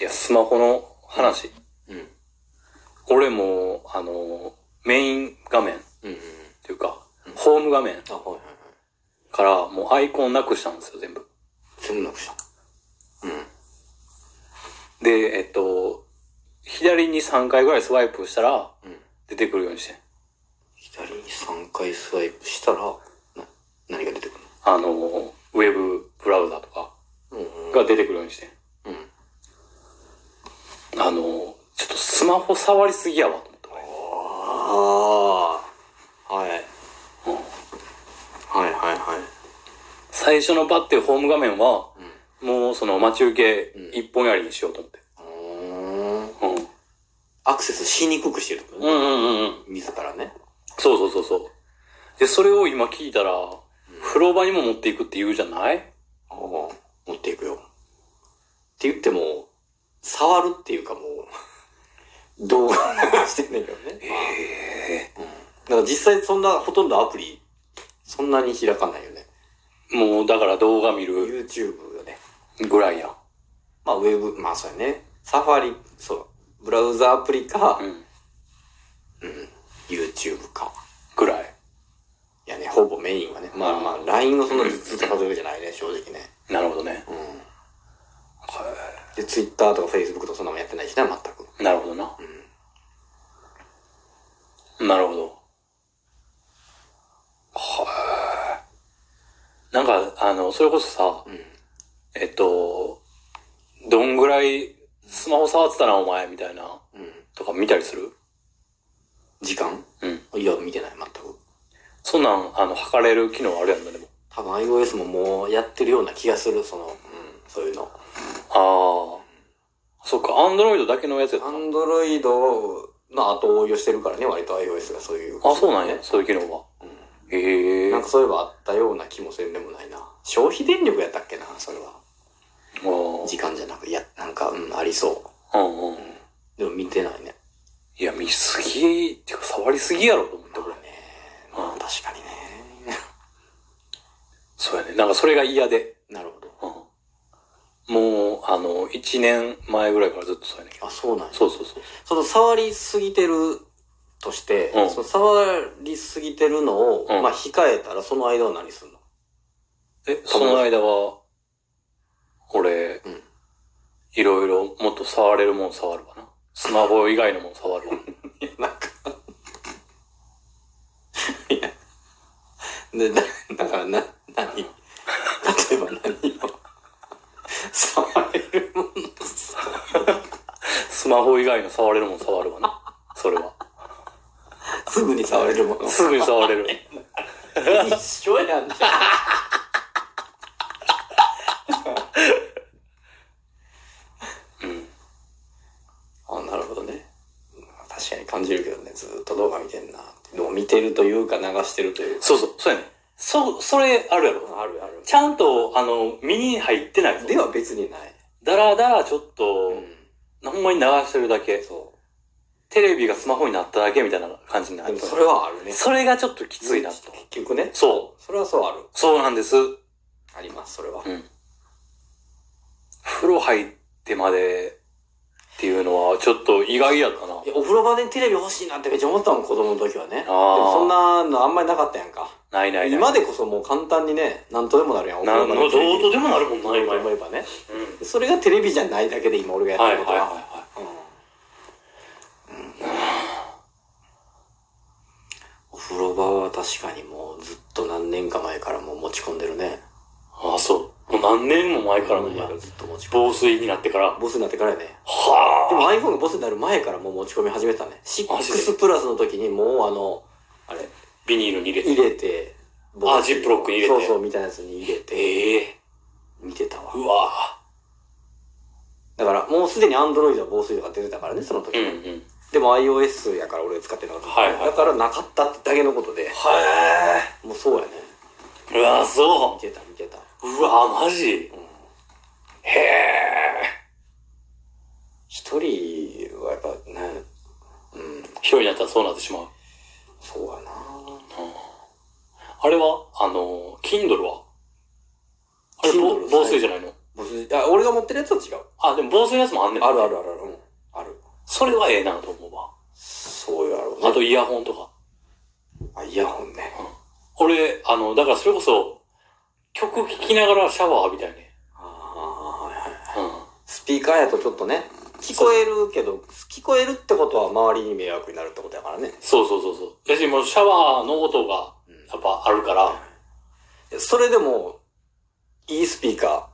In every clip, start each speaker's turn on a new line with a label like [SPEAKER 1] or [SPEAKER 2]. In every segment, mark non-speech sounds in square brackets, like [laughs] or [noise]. [SPEAKER 1] いや、スマホの話。
[SPEAKER 2] うん。
[SPEAKER 1] 俺も、あの、メイン画面っ
[SPEAKER 2] うんうん。
[SPEAKER 1] ていうか
[SPEAKER 2] うん、
[SPEAKER 1] ホーム画面
[SPEAKER 2] あ、はいはいはい。
[SPEAKER 1] からもうアイコンなくしたんですよ、全部。
[SPEAKER 2] 全部なくした。うん。
[SPEAKER 1] で、えっと、左に3回ぐらいスワイプしたら
[SPEAKER 2] うん。
[SPEAKER 1] 出てくるようにしてん。
[SPEAKER 2] 左に3回スワイプしたら、な、何が出てくる
[SPEAKER 1] あの、ウェブブラウザとか
[SPEAKER 2] のうん
[SPEAKER 1] が出てくるようにしてん。
[SPEAKER 2] うん。
[SPEAKER 1] あの、ちょっとスマホ触りすぎやわと思って俺
[SPEAKER 2] ああ。はい。
[SPEAKER 1] うん
[SPEAKER 2] はいはいはい。
[SPEAKER 1] 最初のバッてホーム画面は、
[SPEAKER 2] うん。
[SPEAKER 1] もうその待ち受
[SPEAKER 2] うん
[SPEAKER 1] け一本やりにしようと思って。
[SPEAKER 2] うーん
[SPEAKER 1] うん。
[SPEAKER 2] アクセスしにくくしてるってこと
[SPEAKER 1] う
[SPEAKER 2] ね。
[SPEAKER 1] んうんうんうん。
[SPEAKER 2] 自らね。
[SPEAKER 1] そうそうそうそう。で、それを今聞いたら、風呂場にも持っていくって言うじゃない
[SPEAKER 2] ああ、持っていくよ。って言っても、触るっていうかも
[SPEAKER 1] [laughs]
[SPEAKER 2] う、動画流してんねんけどね。
[SPEAKER 1] え
[SPEAKER 2] うん。だから実際そんな、ほとんどアプリ、そんなに開かないよね。
[SPEAKER 1] えもうだから動画見る
[SPEAKER 2] YouTube よね。
[SPEAKER 1] ぐらいや。
[SPEAKER 2] まあウェブ、まあそうやね。サファリ、そう。ブラウザアプリか、
[SPEAKER 1] うん。
[SPEAKER 2] YouTube か。
[SPEAKER 1] ぐらい。
[SPEAKER 2] いやね、ほぼメインはね。まあまあ、LINE のそんなにずっと数えるじゃないね、正直ね。
[SPEAKER 1] なるほどね。
[SPEAKER 2] うん。で、Twitter とか Facebook とかそんなもんやってないしな、全く。
[SPEAKER 1] なるほどな。なるほど。はい。なんか、あの、それこそさ、
[SPEAKER 2] うん。
[SPEAKER 1] えっと、どんぐらいスマホ触ってたな、お前、みたいな、
[SPEAKER 2] うん。
[SPEAKER 1] とか見たりする
[SPEAKER 2] 時間
[SPEAKER 1] うん。
[SPEAKER 2] いや、見てない、全く。
[SPEAKER 1] そんなん、あの、測れる機能あるやんな、でも。
[SPEAKER 2] 多分 iOS ももうやってるような気がする、その、うん、そういうの。
[SPEAKER 1] ああ。そっか、アンドロイドだけのやつやったな
[SPEAKER 2] Android の後応用してるからね、割と iOS がそういう。
[SPEAKER 1] あ、そうなんや、そういう機能は。へえ。
[SPEAKER 2] なんかそういえばあったような気もせんでもないな。消費電力やったっけな、それは。
[SPEAKER 1] あー
[SPEAKER 2] 時間じゃなく、いや、なんか、うん、ありそ
[SPEAKER 1] うんうん。
[SPEAKER 2] う。でも見てないね。
[SPEAKER 1] いや、見すぎ、ってか、触りすぎやろ、と思って、
[SPEAKER 2] だか
[SPEAKER 1] 俺
[SPEAKER 2] ら。ね、まあ確かにね。 [laughs]
[SPEAKER 1] そうやね。なんか、それが嫌で。
[SPEAKER 2] なるほ
[SPEAKER 1] う
[SPEAKER 2] ど。
[SPEAKER 1] ん。もう、あの、一年前ぐらいからずっとそうやねんけど。
[SPEAKER 2] あ、そうなんや。
[SPEAKER 1] そうそうそう。
[SPEAKER 2] その触りすぎてるとして、
[SPEAKER 1] うん
[SPEAKER 2] その触りすぎてるのを、
[SPEAKER 1] うん
[SPEAKER 2] まあ控えたらその間は何するの [laughs]
[SPEAKER 1] え、その間は、俺、
[SPEAKER 2] うん
[SPEAKER 1] いろいろもっと触れるもん触るわな。スマホ以外のもん触
[SPEAKER 2] [laughs]
[SPEAKER 1] るわ。
[SPEAKER 2] なんかいや、で、だだからな、何例えば何を触れるもの
[SPEAKER 1] スマホ以外の触れるもん触るわな。それは。
[SPEAKER 2] すぐに触れるもの
[SPEAKER 1] すぐに触れる。
[SPEAKER 2] 一緒やんじゃん。
[SPEAKER 1] うん。
[SPEAKER 2] あ、なるほどね。確かに感じるけどね、ずーっと動画見てんな。でも見てるというか流してるというか。
[SPEAKER 1] そうそう、そうやね。そう、それあるやろ。
[SPEAKER 2] あるある。
[SPEAKER 1] ちゃんと、あの、身に入ってないぞ。
[SPEAKER 2] では別にない。
[SPEAKER 1] だらだらちょっと、
[SPEAKER 2] う
[SPEAKER 1] ほんまに流してるだけ。
[SPEAKER 2] そ
[SPEAKER 1] テレビがスマホになっただけみたいな感じにな
[SPEAKER 2] う。で
[SPEAKER 1] る
[SPEAKER 2] も。それはあるね。
[SPEAKER 1] それがちょっときついなと。
[SPEAKER 2] 結局ね。。
[SPEAKER 1] そう
[SPEAKER 2] それはそうある。
[SPEAKER 1] そうなんです。
[SPEAKER 2] あります、それは。
[SPEAKER 1] うん。風呂入ってまでっていうのは、ちょっと意外やったな。
[SPEAKER 2] いやお風呂場でテレビ欲しいなってめっちゃ思ったもん、子供の時はね。で
[SPEAKER 1] あー
[SPEAKER 2] もそんなのあんまりなかったやんか。
[SPEAKER 1] ないないない。
[SPEAKER 2] 今でこそもう簡単にね、なんとでもなるやん、お
[SPEAKER 1] な
[SPEAKER 2] 風
[SPEAKER 1] んの
[SPEAKER 2] 呂場
[SPEAKER 1] ど
[SPEAKER 2] でテレビ。
[SPEAKER 1] うとでもなるもんな、今
[SPEAKER 2] 思
[SPEAKER 1] や。
[SPEAKER 2] えばね。それがテレビじゃないだけで今俺がやっ
[SPEAKER 1] は
[SPEAKER 2] て
[SPEAKER 1] い
[SPEAKER 2] る
[SPEAKER 1] はい
[SPEAKER 2] こと
[SPEAKER 1] はい
[SPEAKER 2] は。
[SPEAKER 1] は
[SPEAKER 2] うんお風呂場は確かにもうずっと何年か前からもう持ち込んでるね。
[SPEAKER 1] い。ああ、そう。もう何年も前からの
[SPEAKER 2] 前
[SPEAKER 1] や
[SPEAKER 2] か。らずっと持ち込んでる
[SPEAKER 1] 防水になってから。
[SPEAKER 2] ボスになってからやね。で
[SPEAKER 1] は
[SPEAKER 2] も iPhone がボスになる前からもう持ち込み始めたね。
[SPEAKER 1] マジで
[SPEAKER 2] 6プラスの時にもうあの、あれ、
[SPEAKER 1] あ。ビニールに入れ
[SPEAKER 2] 入
[SPEAKER 1] て。
[SPEAKER 2] れて、
[SPEAKER 1] あジップロックに入れて
[SPEAKER 2] そうそう、みたいなやつに入れて、
[SPEAKER 1] ええ
[SPEAKER 2] 見てたわ。
[SPEAKER 1] うわ
[SPEAKER 2] だからもうすでに Android は防水とか出てたからね、その時
[SPEAKER 1] ぁ。う
[SPEAKER 2] ね。
[SPEAKER 1] んうん。
[SPEAKER 2] でも iOS やから俺使ってなかった。
[SPEAKER 1] はいはい
[SPEAKER 2] だからなかったってだけのことで、
[SPEAKER 1] は
[SPEAKER 2] もうそうやね。
[SPEAKER 1] え。うわぁ、そ
[SPEAKER 2] 見てた、見てた。
[SPEAKER 1] う。うわぁ、マジ。
[SPEAKER 2] うん
[SPEAKER 1] へえ。
[SPEAKER 2] 一人はやっぱね、うん、
[SPEAKER 1] 一人になったらそうなってしまう。
[SPEAKER 2] そうやな
[SPEAKER 1] あれはあの、Kindle はあれ、ぼ
[SPEAKER 2] Kindle
[SPEAKER 1] 防水じゃないの
[SPEAKER 2] ボスついあ、俺が持ってるやつは違う。
[SPEAKER 1] あ、でも防水のやつもあんねん。
[SPEAKER 2] あるあるあるある。うんある。
[SPEAKER 1] それはええなと思うわ。
[SPEAKER 2] そうやろうね。
[SPEAKER 1] あとイヤホンとか。
[SPEAKER 2] あ、イヤホンね。
[SPEAKER 1] 俺、あの、だからそれこそ、曲聴きながらシャワー浴びたいね。
[SPEAKER 2] ああ、はいはい。
[SPEAKER 1] う
[SPEAKER 2] スピーカーやとちょっとね、聞こえるけど、聞こえるってことは周りに迷惑になるってことやからね
[SPEAKER 1] ん。。そうそうそうそう。やし、もうシャワーの音が、やっぱあるから、
[SPEAKER 2] それでも、いいスピーカ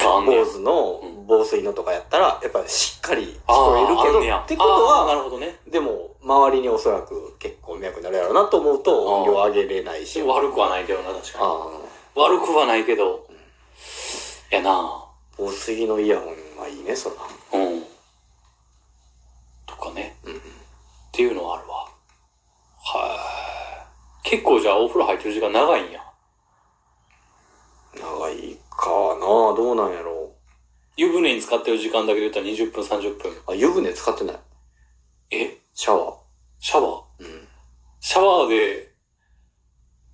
[SPEAKER 1] があ
[SPEAKER 2] ー、
[SPEAKER 1] んねん。
[SPEAKER 2] 坊主の
[SPEAKER 1] う
[SPEAKER 2] 防水のとかやったら、やっぱりしっかり聞
[SPEAKER 1] あ
[SPEAKER 2] こえる
[SPEAKER 1] ーあ
[SPEAKER 2] け
[SPEAKER 1] ん
[SPEAKER 2] ど、
[SPEAKER 1] ねや
[SPEAKER 2] ってこと
[SPEAKER 1] あーな
[SPEAKER 2] は、
[SPEAKER 1] るほどね。
[SPEAKER 2] でも、周りにおそらく結構迷惑になるやろうなと思うと、
[SPEAKER 1] あー
[SPEAKER 2] 音量上げれないし。
[SPEAKER 1] 悪くはないけどな、確かに。
[SPEAKER 2] あー
[SPEAKER 1] 悪くはないけど、やな
[SPEAKER 2] 防水のイヤホンはいいね、そら。
[SPEAKER 1] うん。とかね。
[SPEAKER 2] うん
[SPEAKER 1] っていうのはあるわ。はい。結構じゃあお風呂入ってる時間長いんや。
[SPEAKER 2] 長いかなどうなんやろ
[SPEAKER 1] 湯船に使ってる時間だけで言ったら20分、30分。
[SPEAKER 2] う。あ、湯船使ってない。
[SPEAKER 1] え
[SPEAKER 2] シャワ
[SPEAKER 1] シャワー
[SPEAKER 2] ー。うん。
[SPEAKER 1] シャワーで、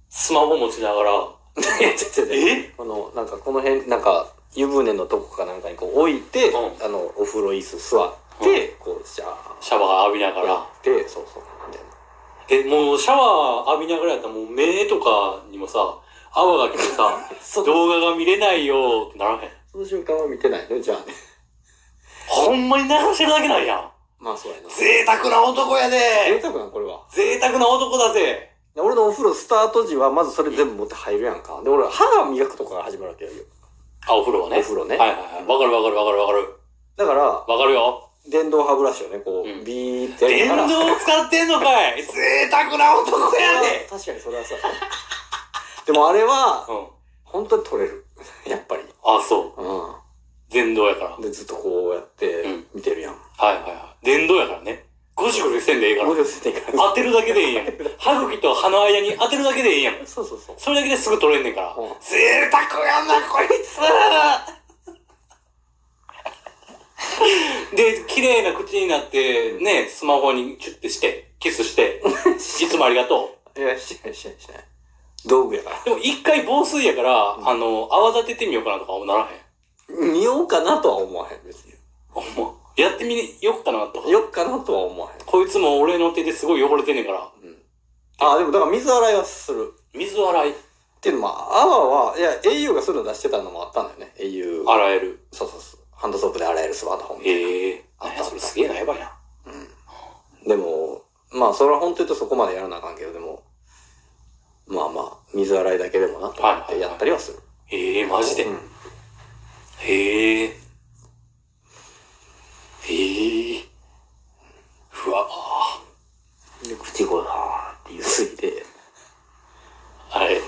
[SPEAKER 1] スマホ持ちながら、
[SPEAKER 2] え、ちょちょ
[SPEAKER 1] え
[SPEAKER 2] この、なんかこの辺、なんか、湯船のとこかなんかにこう置いて、
[SPEAKER 1] う
[SPEAKER 2] あの、お風呂椅子座って、こう、シャー
[SPEAKER 1] シャワー浴びなが
[SPEAKER 2] や
[SPEAKER 1] ら。
[SPEAKER 2] って、そうそう、みたいな。
[SPEAKER 1] え、もうシャワー浴びながらやったらもう目とかにもさ、泡が来てさ、
[SPEAKER 2] そ
[SPEAKER 1] 動画が見れないよーってならへん。
[SPEAKER 2] その瞬間は見てないね、じゃあね。
[SPEAKER 1] ほんまに流してるだけなんやん。
[SPEAKER 2] [laughs] まあそう [laughs] やな。贅
[SPEAKER 1] 贅沢な男やで
[SPEAKER 2] 沢な、これは。
[SPEAKER 1] 贅沢な男だぜ
[SPEAKER 2] 俺のお風呂スタート時は、まずそれ全部持って入るやんか。で、俺、歯磨くとかが始まるわけよ。
[SPEAKER 1] あ、お風呂はね。
[SPEAKER 2] お風呂ね
[SPEAKER 1] はいはいはい。わかるわかるわかるわかる。
[SPEAKER 2] だから、
[SPEAKER 1] わかるよ。
[SPEAKER 2] 電動歯ブラシをね、こう、
[SPEAKER 1] うん
[SPEAKER 2] ビーってやり
[SPEAKER 1] 電
[SPEAKER 2] ながら
[SPEAKER 1] 動使ってんのかい贅沢な男やで
[SPEAKER 2] 確かにそれはさ。でもあれは、
[SPEAKER 1] うん。
[SPEAKER 2] 本当に取れる。やっぱり。
[SPEAKER 1] あ、そう。
[SPEAKER 2] う
[SPEAKER 1] 電動やから。
[SPEAKER 2] ん。で、ずっとこうやって
[SPEAKER 1] うん
[SPEAKER 2] 見てるやん。
[SPEAKER 1] はいはいはい。電動やからね。ゴシゴシせんでええから
[SPEAKER 2] もう。ちょっと出ていから。
[SPEAKER 1] 当てるだけでええ [laughs] やん。歯茎と歯の間に当てるだけでええやん。
[SPEAKER 2] [laughs] そうそうそう。
[SPEAKER 1] それだけですぐ取れんねんから。
[SPEAKER 2] うん
[SPEAKER 1] 贅沢やな、こいつ [laughs] で、綺麗な口になって、ね、スマホにチュッてして、キス [laughs] して、いつもありがと
[SPEAKER 2] いや、しないしないしない。道具やから。
[SPEAKER 1] う。でも一回防水やから、
[SPEAKER 2] うん
[SPEAKER 1] あの、泡立ててみようかなとかもならへん。
[SPEAKER 2] 見ようかなとは思わへん、別に。
[SPEAKER 1] ほんまやってみよっかなとか。
[SPEAKER 2] よっかなとは思わへ
[SPEAKER 1] こいつも俺の手ですごい汚れてんねんから。
[SPEAKER 2] ん。うん。ああ、でもだから水洗いはする。
[SPEAKER 1] 水洗い、
[SPEAKER 2] っていうのも、泡は、いや、au がそういうの出してたのもあったんだよね。au。
[SPEAKER 1] 洗える。
[SPEAKER 2] そうそうそう。ハンドソープで洗えるスワードホーム。
[SPEAKER 1] へえ。
[SPEAKER 2] あ
[SPEAKER 1] なんや、それすげえな、やばいな。
[SPEAKER 2] でも、まあ、それは本当に言うとそこまでやらなあかんけど、でも、まあまあ、水洗いだけでもなと思っ
[SPEAKER 1] はいはい
[SPEAKER 2] て
[SPEAKER 1] はい
[SPEAKER 2] やったりはする。
[SPEAKER 1] へえ、マジで。
[SPEAKER 2] うん
[SPEAKER 1] へえ。へえ。ふわあ
[SPEAKER 2] で、口ごはーってゆすいで、
[SPEAKER 1] あれ。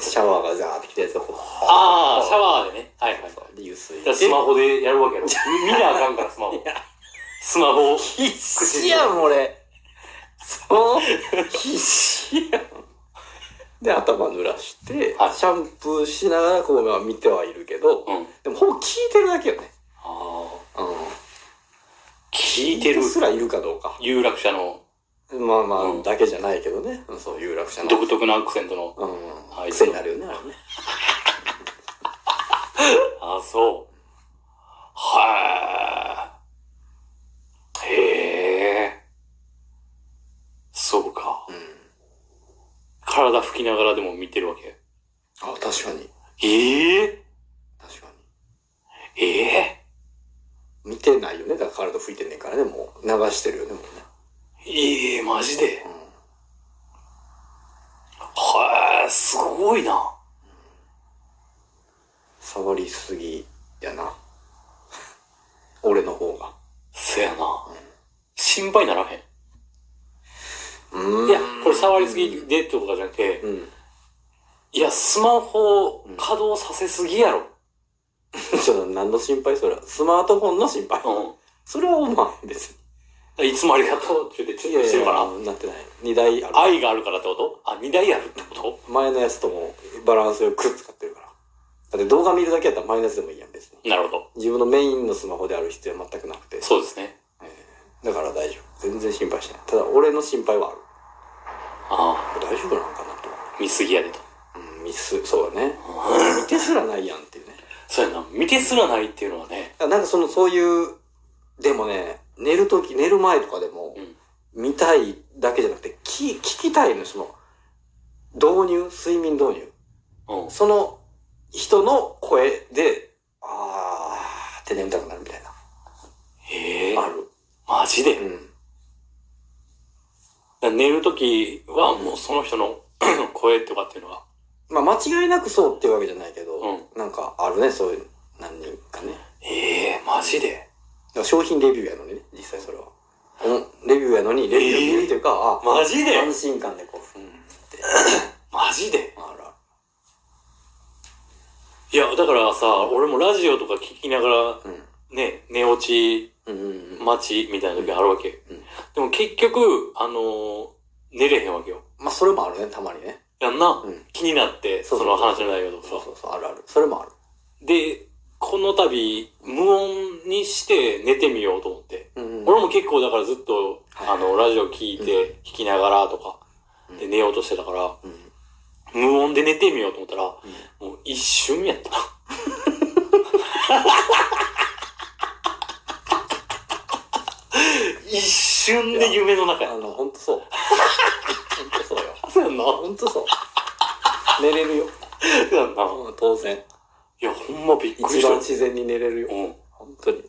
[SPEAKER 2] シャワーがザーってきたやつをこう、
[SPEAKER 1] ああ、シャワーでね。はいはいはい。だか
[SPEAKER 2] ーでゆすいで。
[SPEAKER 1] らスマホでやるわけやろ。み見なあかんから、スマホ。スマホを。
[SPEAKER 2] 必死やん、俺。そう。必死やん。で、頭濡らして、
[SPEAKER 1] はい
[SPEAKER 2] シャンプーしながら、こう、まあ見てはいるけど、
[SPEAKER 1] うん。
[SPEAKER 2] でも、ほぼ聞いてるだけよね。
[SPEAKER 1] ああ。
[SPEAKER 2] うん。
[SPEAKER 1] 聞いてる。
[SPEAKER 2] すらいるかどうか。
[SPEAKER 1] 有楽者の
[SPEAKER 2] まあまあ、
[SPEAKER 1] うん
[SPEAKER 2] だけじゃないけどね。うんそう、有楽者の。
[SPEAKER 1] 独特なアクセントの。
[SPEAKER 2] う
[SPEAKER 1] は
[SPEAKER 2] ん。
[SPEAKER 1] い
[SPEAKER 2] 癖になるよね、あれね。
[SPEAKER 1] ああ、そう。はい。へえ。そうか。
[SPEAKER 2] うん。
[SPEAKER 1] 体拭きながらでも見てるわけ。
[SPEAKER 2] あ、確かに。
[SPEAKER 1] ええ
[SPEAKER 2] 確かに。
[SPEAKER 1] ええ
[SPEAKER 2] 見てないよね。だから体拭いてんねんからね、もう。流してるよね、もうね。
[SPEAKER 1] ええマジで
[SPEAKER 2] うん。
[SPEAKER 1] はい、すごいな。
[SPEAKER 2] 触りすぎやな。 [laughs] 俺の方が。
[SPEAKER 1] そやな。心配ならへん。
[SPEAKER 2] うん
[SPEAKER 1] いや、これ触りすぎでってことじゃなくて、
[SPEAKER 2] うん。
[SPEAKER 1] いや、スマホを稼働させすぎやろ。
[SPEAKER 2] ちょっと何の心 [laughs] 配それは。スマートフォンの心配。
[SPEAKER 1] う
[SPEAKER 2] それは思わへん、別
[SPEAKER 1] ん。いつもありがとうって言って、
[SPEAKER 2] に。
[SPEAKER 1] ちょっとしてるから。
[SPEAKER 2] なってない。二台ある。
[SPEAKER 1] 愛があるからってことあ、二台あるってこ
[SPEAKER 2] 前のやつともバランスよく使ってるから。だって動画見るだけやったら前のやつでもいいやん、別に。
[SPEAKER 1] となるほど。
[SPEAKER 2] 自分のメインのスマホである必要は全くなくて。
[SPEAKER 1] そうですね。
[SPEAKER 2] だから大丈夫。全然心配しない。ただ俺の心配はある。
[SPEAKER 1] あ
[SPEAKER 2] 大丈夫なのかなと。
[SPEAKER 1] あ、見すぎやでと。 [laughs]
[SPEAKER 2] うん、ミス、そうだね。見てすらないやんっていうね。
[SPEAKER 1] そうやな。見てすらないっていうのはね。
[SPEAKER 2] なんかその、そういう、でもね、寝るとき、寝る前とかでも、見たいだけじゃなくて、聞、聞きたいの、その、導入、睡眠導入。
[SPEAKER 1] うん。
[SPEAKER 2] その人の声で、あーって眠たくなるみたいな。
[SPEAKER 1] へえ。
[SPEAKER 2] ある。
[SPEAKER 1] マジで。だか
[SPEAKER 2] うん。
[SPEAKER 1] ら寝るときはもうその人の [coughs] 声とかっていうのは。
[SPEAKER 2] まあ、間違いなくそうっていうわけじゃないけど、
[SPEAKER 1] うん
[SPEAKER 2] なんかあるね、そういう、何人かね。だか
[SPEAKER 1] ええ、マジで。
[SPEAKER 2] ら商品レビューやのにね、実際それは。うん、レビューやのに、レビュー見るっていうか、あ、
[SPEAKER 1] マジで
[SPEAKER 2] 安心感でこう、うんって。
[SPEAKER 1] マジで
[SPEAKER 2] あら。
[SPEAKER 1] いや、だからさ、俺もラジオとか聞きながら、
[SPEAKER 2] うん。
[SPEAKER 1] ね、寝落ち
[SPEAKER 2] うんうんうん。ま、
[SPEAKER 1] 待ちみたいな時あるわけ。
[SPEAKER 2] うん
[SPEAKER 1] でも結局、あのー寝れへんわけよ。
[SPEAKER 2] まあ、それもあるね、たまにね。
[SPEAKER 1] やんな、
[SPEAKER 2] うん
[SPEAKER 1] 気になって、
[SPEAKER 2] そ
[SPEAKER 1] そう
[SPEAKER 2] そう
[SPEAKER 1] の話の内容と
[SPEAKER 2] そう
[SPEAKER 1] かさ。
[SPEAKER 2] そうそう、あるある。それもある。
[SPEAKER 1] で、この度、無音にして寝てみようと思って。
[SPEAKER 2] うんうん。
[SPEAKER 1] 俺も結構だからずっと、
[SPEAKER 2] はい
[SPEAKER 1] あの、ラジオ聞いて、聞きながらとか、で寝ようとしてたから、
[SPEAKER 2] うん。
[SPEAKER 1] 無音で寝てみようと思ったら、もう一瞬
[SPEAKER 2] [laughs]
[SPEAKER 1] やったな。一瞬で夢の中
[SPEAKER 2] あ
[SPEAKER 1] や。
[SPEAKER 2] の、ほんとそう。ほんとそうよ。
[SPEAKER 1] そうやんな。
[SPEAKER 2] ほんとそう。寝れるよ。
[SPEAKER 1] そうやんな。
[SPEAKER 2] うん当然。
[SPEAKER 1] いや、ほんまびっくり
[SPEAKER 2] 一
[SPEAKER 1] した。
[SPEAKER 2] 番自然に寝れるよ。
[SPEAKER 1] うん。
[SPEAKER 2] 本当に。